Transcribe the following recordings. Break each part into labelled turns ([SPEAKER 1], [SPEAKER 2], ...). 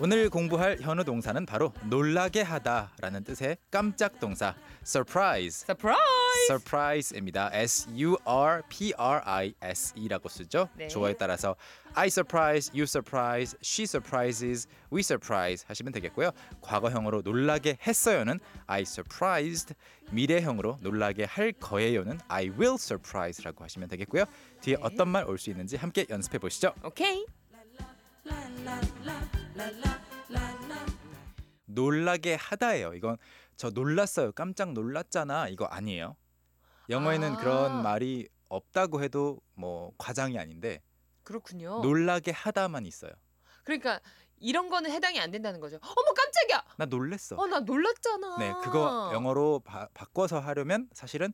[SPEAKER 1] 오늘 공부할 현우 동사는 바로 놀라게 하다라는 뜻의 깜짝 동사 surprise.
[SPEAKER 2] 서프라이즈.
[SPEAKER 1] surprise입니다. S U R P R I S E라고 쓰죠.
[SPEAKER 2] 네.
[SPEAKER 1] 조어에 따라서 I surprise, you surprise, she surprises, we surprise 하시면 되겠고요. 과거형으로 놀라게 했어요는 I surprised, 미래형으로 놀라게 할 거예요는 I will surprise라고 하시면 되겠고요. 뒤에 어떤 말 올 수 있는지 함께 연습해 보시죠.
[SPEAKER 2] 오케이.
[SPEAKER 1] 놀라게 하다예요. 이건 저 놀랐어요. 깜짝 놀랐잖아. 이거 아니에요. 영어에는
[SPEAKER 2] 아.
[SPEAKER 1] 그런 말이 없다고 해도 뭐 과장이 아닌데
[SPEAKER 2] 그렇군요.
[SPEAKER 1] 놀라게 하다만 있어요.
[SPEAKER 2] 그러니까 이런 거는 해당이 안 된다는 거죠. 어머 깜짝이야.
[SPEAKER 1] 나 놀랬어.
[SPEAKER 2] 어 나 놀랐잖아.
[SPEAKER 1] 네, 그거 영어로 바, 꿔서 하려면 사실은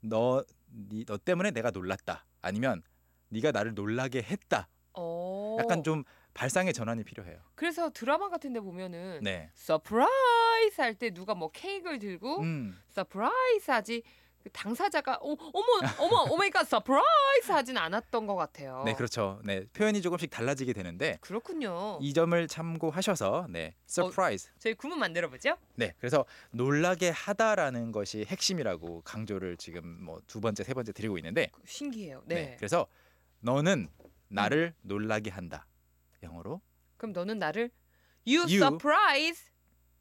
[SPEAKER 1] 너, 니, 너 때문에 내가 놀랐다. 아니면 네가 나를 놀라게 했다.
[SPEAKER 2] 어.
[SPEAKER 1] 약간 좀 발상의 전환이 필요해요.
[SPEAKER 2] 그래서 드라마 같은데 보면은
[SPEAKER 1] 네.
[SPEAKER 2] 서프라이즈 할 때 누가 뭐 케이크를 들고
[SPEAKER 1] 음,
[SPEAKER 2] 서프라이즈 하지 그 당사자가 어, 어머 어머 오마이갓 서프라이즈 하진 않았던 것 같아요.
[SPEAKER 1] 네, 그렇죠. 네, 표현이 조금씩 달라지게 되는데
[SPEAKER 2] 그렇군요.
[SPEAKER 1] 이 점을 참고하셔서
[SPEAKER 2] 어.
[SPEAKER 1] 네, surprise.
[SPEAKER 2] 저희 구문 만들어 보죠.
[SPEAKER 1] 네, 그래서 놀라게 하다라는 것이 핵심이라고 강조를 지금 뭐 두 번째, 세 번째 드리고 있는데,
[SPEAKER 2] 신기해요.
[SPEAKER 1] 네,
[SPEAKER 2] 네.
[SPEAKER 1] 그래서 너는 나를 놀라게 한다. 영어로
[SPEAKER 2] 그럼 너는 나를 you,
[SPEAKER 1] You.
[SPEAKER 2] surprise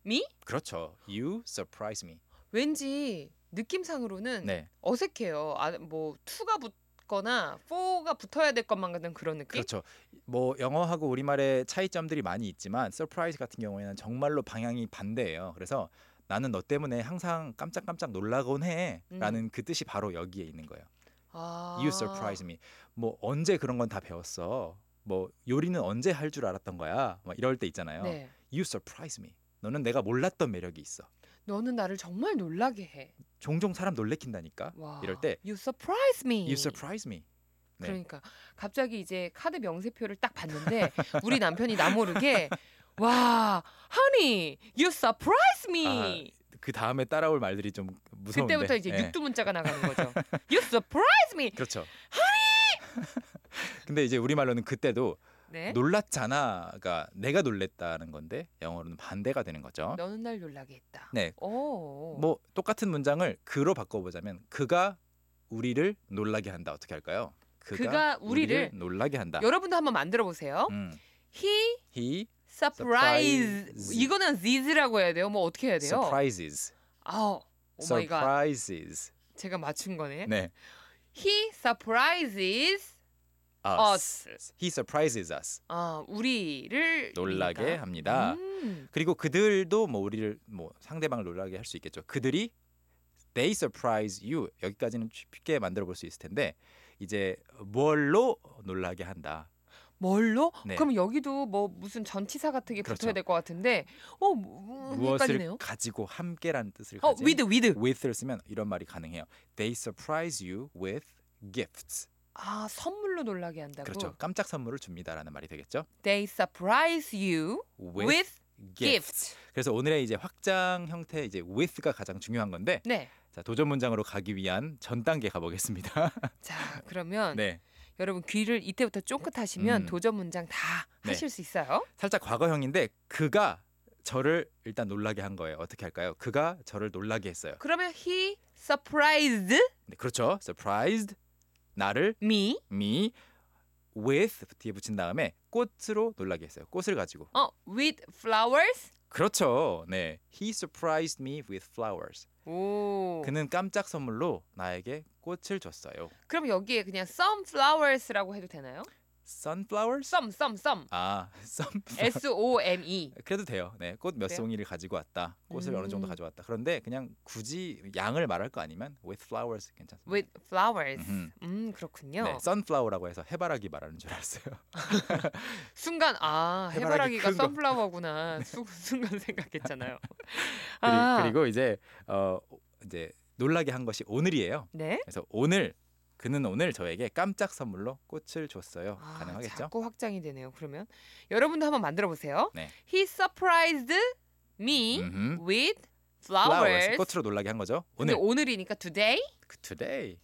[SPEAKER 2] me?
[SPEAKER 1] 그렇죠. You surprise me.
[SPEAKER 2] 왠지 느낌상으로는
[SPEAKER 1] 네,
[SPEAKER 2] 어색해요. 아, 뭐 투가 붙거나 포가 붙어야 될 것만 같은 그런 느낌.
[SPEAKER 1] 그렇죠. 뭐 영어하고 우리말의 차이점들이 많이 있지만 surprise 같은 경우에는 정말로 방향이 반대예요. 그래서 나는 너 때문에 항상 깜짝깜짝 놀라곤 해라는 그 뜻이 바로 여기에 있는 거예요.
[SPEAKER 2] 아.
[SPEAKER 1] You surprise me. 뭐 언제 그런 건 다 배웠어. 뭐 요리는 언제 할 줄 알았던 거야. 막 이럴 때 있잖아요.
[SPEAKER 2] 네.
[SPEAKER 1] You surprise me. 너는 내가 몰랐던 매력이 있어.
[SPEAKER 2] 너는 나를 정말 놀라게 해.
[SPEAKER 1] 종종 사람 놀래킨다니까.
[SPEAKER 2] 와.
[SPEAKER 1] 이럴 때
[SPEAKER 2] you surprise me.
[SPEAKER 1] You surprise me. 네.
[SPEAKER 2] 그러니까 갑자기 이제 카드 명세표를 딱 봤는데 우리 남편이 나 모르게 와, honey, you surprise me.
[SPEAKER 1] 그 다음에 따라올 말들이 좀 무서운데.
[SPEAKER 2] 그때부터 이제
[SPEAKER 1] 예.
[SPEAKER 2] 육두 문자가 나가는 거죠. You surprise me.
[SPEAKER 1] 그렇죠. 근데 이제 우리말로는 그때도
[SPEAKER 2] 네.
[SPEAKER 1] 놀랐잖아가 그러니까 내가 놀랬다는 건데 영어로는 반대가 되는 거죠.
[SPEAKER 2] 너는 날 놀라게 했다.
[SPEAKER 1] 네.
[SPEAKER 2] 오.
[SPEAKER 1] 뭐 똑같은 문장을 그로 바꿔보자면 그가 우리를 놀라게 한다 어떻게 할까요?
[SPEAKER 2] 그가 우리를
[SPEAKER 1] 놀라게 한다.
[SPEAKER 2] 여러분도 한번 만들어 보세요.
[SPEAKER 1] 음,
[SPEAKER 2] He
[SPEAKER 1] he
[SPEAKER 2] surprise.
[SPEAKER 1] Surprise.
[SPEAKER 2] 이거는 this라고 해야 돼요. 뭐 어떻게 해야 돼요?
[SPEAKER 1] surprises.
[SPEAKER 2] 아, 오 마이 갓.
[SPEAKER 1] surprises.
[SPEAKER 2] 제가 맞춘 거네.
[SPEAKER 1] 네.
[SPEAKER 2] He surprises
[SPEAKER 1] us.
[SPEAKER 2] us.
[SPEAKER 1] He surprises us.
[SPEAKER 2] 아, 우리를
[SPEAKER 1] 놀라게
[SPEAKER 2] 그러니까.
[SPEAKER 1] 합니다.
[SPEAKER 2] 음.
[SPEAKER 1] 그리고 그들도 뭐 우리를 뭐 상대방을 놀라게 할 수 있겠죠. 그들이 they surprise you 여기까지는 쉽게 만들어 볼 수 있을 텐데 이제 뭘로 놀라게 한다.
[SPEAKER 2] 뭘로?
[SPEAKER 1] 네.
[SPEAKER 2] 그럼 여기도 뭐 무슨 전치사 같은 게
[SPEAKER 1] 그렇죠.
[SPEAKER 2] 붙어야 될 것 같은데, 어, 무- 무-
[SPEAKER 1] 무엇을
[SPEAKER 2] 헷갈리네요.
[SPEAKER 1] 가지고 함께라는 뜻을
[SPEAKER 2] 어,
[SPEAKER 1] 가진
[SPEAKER 2] with with.
[SPEAKER 1] with를 쓰면 이런 말이 가능해요. They surprise you with gifts.
[SPEAKER 2] 아, 선물로 놀라게 한다고.
[SPEAKER 1] 그렇죠. 깜짝 선물을 줍니다라는 말이 되겠죠.
[SPEAKER 2] They surprise you with,
[SPEAKER 1] gifts.
[SPEAKER 2] gift.
[SPEAKER 1] 그래서 오늘의 이제 확장 형태 이제 with가 가장 중요한 건데
[SPEAKER 2] 네.
[SPEAKER 1] 자, 도전 문장으로 가기 위한 전 단계 가보겠습니다.
[SPEAKER 2] 자, 그러면
[SPEAKER 1] 네.
[SPEAKER 2] 여러분 귀를 이때부터 쫑긋하시면
[SPEAKER 1] 음.
[SPEAKER 2] 도전 문장 다
[SPEAKER 1] 네.
[SPEAKER 2] 하실 수 있어요.
[SPEAKER 1] 살짝 과거형인데 그가 저를 일단 놀라게 한 거예요. 어떻게 할까요? 그가 저를 놀라게 했어요.
[SPEAKER 2] 그러면 he surprised
[SPEAKER 1] 네, 그렇죠. surprised 나를
[SPEAKER 2] me.
[SPEAKER 1] me with 뒤에 붙인 다음에 꽃으로 놀라게 했어요. 꽃을 가지고.
[SPEAKER 2] 어, with flowers.
[SPEAKER 1] 그렇죠. 네. He surprised me with flowers.
[SPEAKER 2] 오.
[SPEAKER 1] 그는 깜짝 선물로 나에게 꽃을 줬어요.
[SPEAKER 2] 그럼 여기에 그냥 some flowers라고 해도 되나요?
[SPEAKER 1] sunflowers?
[SPEAKER 2] some some some.
[SPEAKER 1] 아, sunflower.
[SPEAKER 2] S O M E.
[SPEAKER 1] 그래도 돼요. 네, 꽃 몇
[SPEAKER 2] 그래요?
[SPEAKER 1] 송이를 가지고 왔다. 꽃을 어느 정도
[SPEAKER 2] 음.
[SPEAKER 1] 가져왔다. 그런데 그냥 굳이 양을 말할 거 아니면 with flowers 괜찮습니다.
[SPEAKER 2] with flowers.
[SPEAKER 1] 음흠.
[SPEAKER 2] 음, 그렇군요.
[SPEAKER 1] 네, 선플라워라고 해서 해바라기 말하는 줄 알았어요.
[SPEAKER 2] 순간 아,
[SPEAKER 1] 해바라기
[SPEAKER 2] 해바라기가
[SPEAKER 1] 큰 거.
[SPEAKER 2] 선플라워구나. 수- 순간 생각했잖아요.
[SPEAKER 1] 그리,
[SPEAKER 2] 아.
[SPEAKER 1] 그리고 이제 어 이제 놀라게 한 것이 오늘이에요.
[SPEAKER 2] 네.
[SPEAKER 1] 그래서 오늘 그는 오늘 저에게 깜짝 선물로 꽃을 줬어요.
[SPEAKER 2] 아,
[SPEAKER 1] 가능하겠죠?
[SPEAKER 2] 자꾸 확장이 되네요. 그러면 여러분도 한번 만들어 보세요.
[SPEAKER 1] 네.
[SPEAKER 2] He surprised me
[SPEAKER 1] 음흠.
[SPEAKER 2] with
[SPEAKER 1] flowers,
[SPEAKER 2] flowers.
[SPEAKER 1] 꽃으로 놀라게 한 거죠. 오늘
[SPEAKER 2] 근데
[SPEAKER 1] 그
[SPEAKER 2] 오늘이니까 today.
[SPEAKER 1] today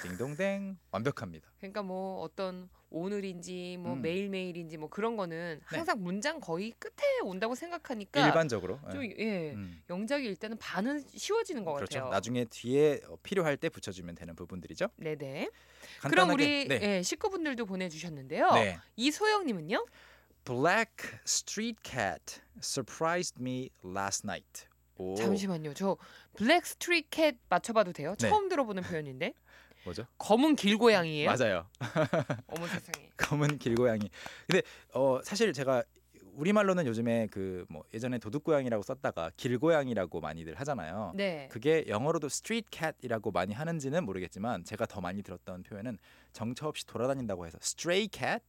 [SPEAKER 1] 딩동댕 완벽합니다.
[SPEAKER 2] 그러니까 뭐 어떤 오늘인지 뭐
[SPEAKER 1] 음.
[SPEAKER 2] 매일매일인지 뭐 그런 거는
[SPEAKER 1] 네.
[SPEAKER 2] 항상 문장 거의 끝에 온다고 생각하니까
[SPEAKER 1] 일반적으로.
[SPEAKER 2] 그러니까 좀
[SPEAKER 1] 예.
[SPEAKER 2] 예.
[SPEAKER 1] 음,
[SPEAKER 2] 영작이 일단은 반은 쉬워지는 것
[SPEAKER 1] 그렇죠.
[SPEAKER 2] 같아요.
[SPEAKER 1] 나중에 뒤에 어, 필요할 때 붙여주면 되는 부분들이죠.
[SPEAKER 2] 네네. 그럼
[SPEAKER 1] 간단하게
[SPEAKER 2] 우리
[SPEAKER 1] 네.
[SPEAKER 2] 예, 식구분들도 보내주셨는데요.
[SPEAKER 1] 네.
[SPEAKER 2] 이소영님은요.
[SPEAKER 1] Black street cat surprised me last night. 오,
[SPEAKER 2] 잠시만요. 저 블랙 스트리트 캣 맞춰봐도 돼요?
[SPEAKER 1] 네.
[SPEAKER 2] 처음 들어보는 표현인데
[SPEAKER 1] 뭐죠?
[SPEAKER 2] 검은 길고양이예요?
[SPEAKER 1] 맞아요.
[SPEAKER 2] 어머 세상에.
[SPEAKER 1] 검은 길고양이. 근데 어 사실 제가 우리말로는 요즘에 그 뭐 예전에 도둑고양이라고 썼다가 길고양이라고 많이들 하잖아요.
[SPEAKER 2] 네.
[SPEAKER 1] 어, 그게 영어로도 street cat이라고 많이 하는지는 모르겠지만 제가 더 많이 들었던 표현은 정처 없이 돌아다닌다고 해서 stray cat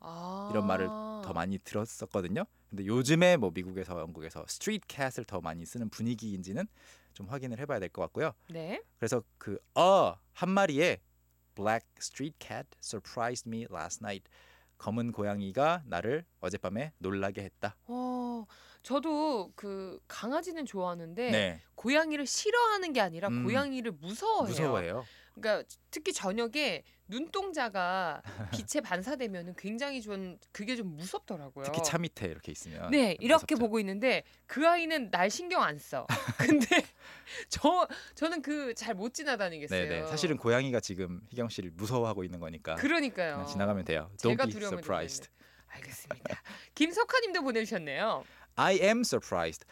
[SPEAKER 2] 아.
[SPEAKER 1] 이런 말을 더 많이 들었었거든요. 근데 요즘에 뭐 미국에서 영국에서 street cat을 더 많이 쓰는 분위기인지는 좀 확인을 해봐야 될 것 같고요.
[SPEAKER 2] 네.
[SPEAKER 1] 그래서 그어한 마리에 black street cat surprised me last night. 검은 고양이가 나를 어젯밤에 놀라게 했다.
[SPEAKER 2] 어, 저도 그 강아지는 좋아하는데
[SPEAKER 1] 네,
[SPEAKER 2] 고양이를 싫어하는 게 아니라
[SPEAKER 1] 음.
[SPEAKER 2] 고양이를 무서워해요.
[SPEAKER 1] 무서워해요.
[SPEAKER 2] 그러니까 특히 저녁에 눈동자가 빛에 반사되면 굉장히 좀 그게 좀 무섭더라고요.
[SPEAKER 1] 특히 차 밑에 이렇게 있으면.
[SPEAKER 2] 네, 이렇게
[SPEAKER 1] 무섭죠.
[SPEAKER 2] 보고 있는데 그 아이는 날 신경 안 써. 근데 저 저는 그 잘 못 지나다니겠어요.
[SPEAKER 1] 네, 네. 사실은 고양이가 지금 희경 씨를 무서워하고 있는 거니까
[SPEAKER 2] 그러니까요.
[SPEAKER 1] 그냥 지나가면 돼요. Don't
[SPEAKER 2] 제가
[SPEAKER 1] be
[SPEAKER 2] 두려움에
[SPEAKER 1] surprised.
[SPEAKER 2] 놀랐네. 알겠습니다. 김석화님도 보내주셨네요.
[SPEAKER 1] I am surprised.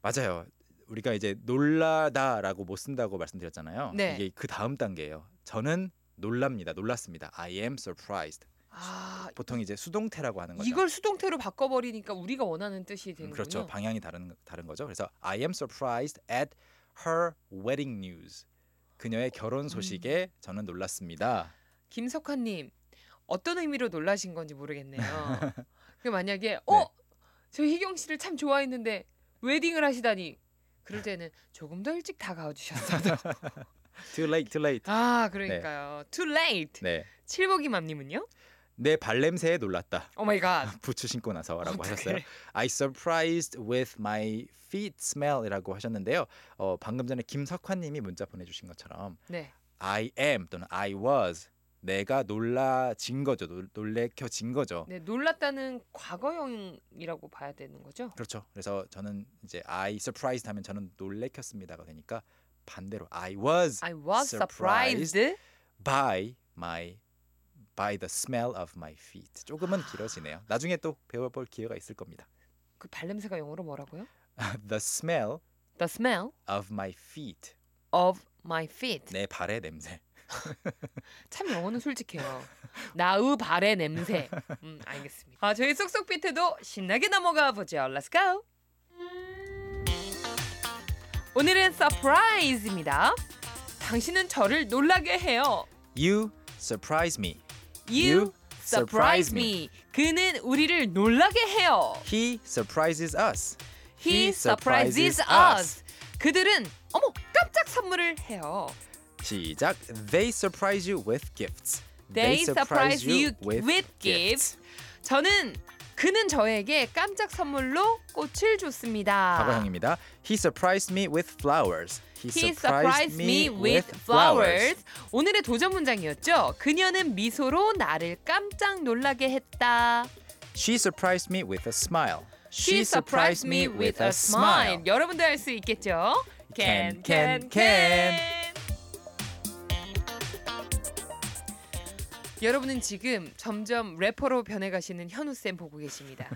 [SPEAKER 1] 맞아요. 우리가 이제 놀라다라고 못 쓴다고 말씀드렸잖아요.
[SPEAKER 2] 네.
[SPEAKER 1] 이게 그 다음 단계예요. 저는 놀랍니다. 놀랐습니다. I am surprised.
[SPEAKER 2] 아
[SPEAKER 1] 보통 이제 수동태라고 하는 거죠.
[SPEAKER 2] 이걸 수동태로 바꿔버리니까 우리가 원하는 뜻이
[SPEAKER 1] 음,
[SPEAKER 2] 되는군요.
[SPEAKER 1] 그렇죠. 방향이 다른 다른 거죠. 그래서 I am surprised at her wedding news. 그녀의
[SPEAKER 2] 음.
[SPEAKER 1] 결혼 소식에 저는 놀랐습니다.
[SPEAKER 2] 김석환님 어떤 의미로 놀라신 건지 모르겠네요. 그
[SPEAKER 1] 네.
[SPEAKER 2] 만약에 어저 희경 씨를 참 좋아했는데 웨딩을 하시다니 그럴 때는 조금 더 일찍 다가와 주셨어도
[SPEAKER 1] Too late, too late.
[SPEAKER 2] 아 그러니까요. Too late.
[SPEAKER 1] 네.
[SPEAKER 2] 칠복이맘님은요?
[SPEAKER 1] 내 발냄새에 놀랐다.
[SPEAKER 2] 오 마이 갓.
[SPEAKER 1] 부츠 신고 나서라고
[SPEAKER 2] 어떡해.
[SPEAKER 1] 하셨어요. I surprised with my feet smell이라고 하셨는데요. 어, 방금 전에 김석환님이 문자 보내주신 것처럼
[SPEAKER 2] 네.
[SPEAKER 1] I am 또는 I was 내가 놀라진 거죠. 놀, 놀래켜진 거죠.
[SPEAKER 2] 네 놀랐다는 과거형이라고 봐야 되는 거죠.
[SPEAKER 1] 그렇죠. 그래서 저는 이제 I surprised 하면 저는 놀래켰습니다가 되니까 반대로 I was
[SPEAKER 2] I was surprised.
[SPEAKER 1] by my by the smell of my feet. 조금은
[SPEAKER 2] 아.
[SPEAKER 1] 길어지네요. 나중에 또 배워볼 기회가 있을 겁니다.
[SPEAKER 2] 그 발냄새가 영어로 뭐라고요?
[SPEAKER 1] the smell
[SPEAKER 2] The smell
[SPEAKER 1] of my feet.
[SPEAKER 2] of my feet.
[SPEAKER 1] 내 발의 냄새.
[SPEAKER 2] 참 영어는 솔직해요. 나의 발의 냄새. 음, 알겠습니다. 아, 저희 쏙쏙 비트도 신나게 넘어가 보죠. Let's go. 오늘은 서프라이즈입니다. 당신은 저를 놀라게 해요.
[SPEAKER 1] You surprise me.
[SPEAKER 2] You surprise me. 그는 우리를 놀라게 해요.
[SPEAKER 1] He surprises us.
[SPEAKER 2] He surprises us. 그들은 어머 깜짝 선물을 해요.
[SPEAKER 1] 시작. They surprise you with gifts.
[SPEAKER 2] They surprise you with gifts. 저는 그는 저에게 깜짝 선물로 꽃을 줬습니다.
[SPEAKER 1] 과거형입니다. He surprised me with flowers.
[SPEAKER 2] He surprised me with flowers. 오늘의 도전 문장이었죠. 그녀는 미소로 나를 깜짝 놀라게 했다.
[SPEAKER 1] She surprised me with a smile.
[SPEAKER 2] She surprised me with a smile. 여러분도 할 수 있겠죠? Can can can. 여러분은 지금 점점 래퍼로 변해가시는 현우 쌤 보고 계십니다.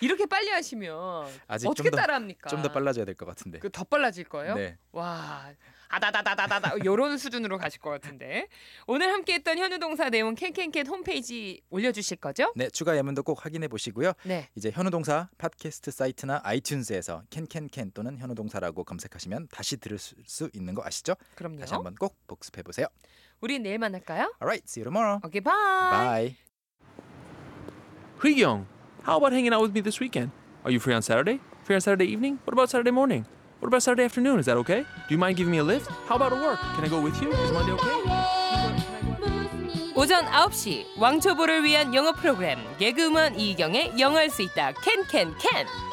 [SPEAKER 2] 이렇게 빨리 하시면
[SPEAKER 1] 아직
[SPEAKER 2] 어떻게
[SPEAKER 1] 좀 더-
[SPEAKER 2] 따라합니까?
[SPEAKER 1] 좀 더 빨라져야 될 것 같은데.
[SPEAKER 2] 그 더 빨라질 거예요?
[SPEAKER 1] 네.
[SPEAKER 2] 와 아다다다다다다 요런 수준으로 가실 것 같은데 오늘 함께했던 현우 동사 내용 캔캔캔 홈페이지 올려주실 거죠?
[SPEAKER 1] 네, 추가 예문도 꼭 확인해 보시고요.
[SPEAKER 2] 네
[SPEAKER 1] 이제 현우동사 팟캐스트 사이트나 아이튠즈에서 캔캔캔 또는 현우동사라고 검색하시면 다시 들을 수- 수 있는 거 아시죠?
[SPEAKER 2] 그럼요
[SPEAKER 1] 다시 한번 꼭 복습해 보세요.
[SPEAKER 2] 우리 내일 만날까요?
[SPEAKER 1] Alright, see you tomorrow.
[SPEAKER 2] 오케이
[SPEAKER 1] Bye.
[SPEAKER 2] 바이
[SPEAKER 3] Young, how about hanging out with me this weekend? Are you free on Saturday? Free on Saturday evening? What about Saturday morning? What about Saturday afternoon? Is that okay? Do you mind giving me a lift? How about a work? Can I go with you? Is Monday okay?
[SPEAKER 2] 오전 9시 왕초보를 위한 영어 프로그램 개그우먼 이경의 영어할 수 있다 캔캔캔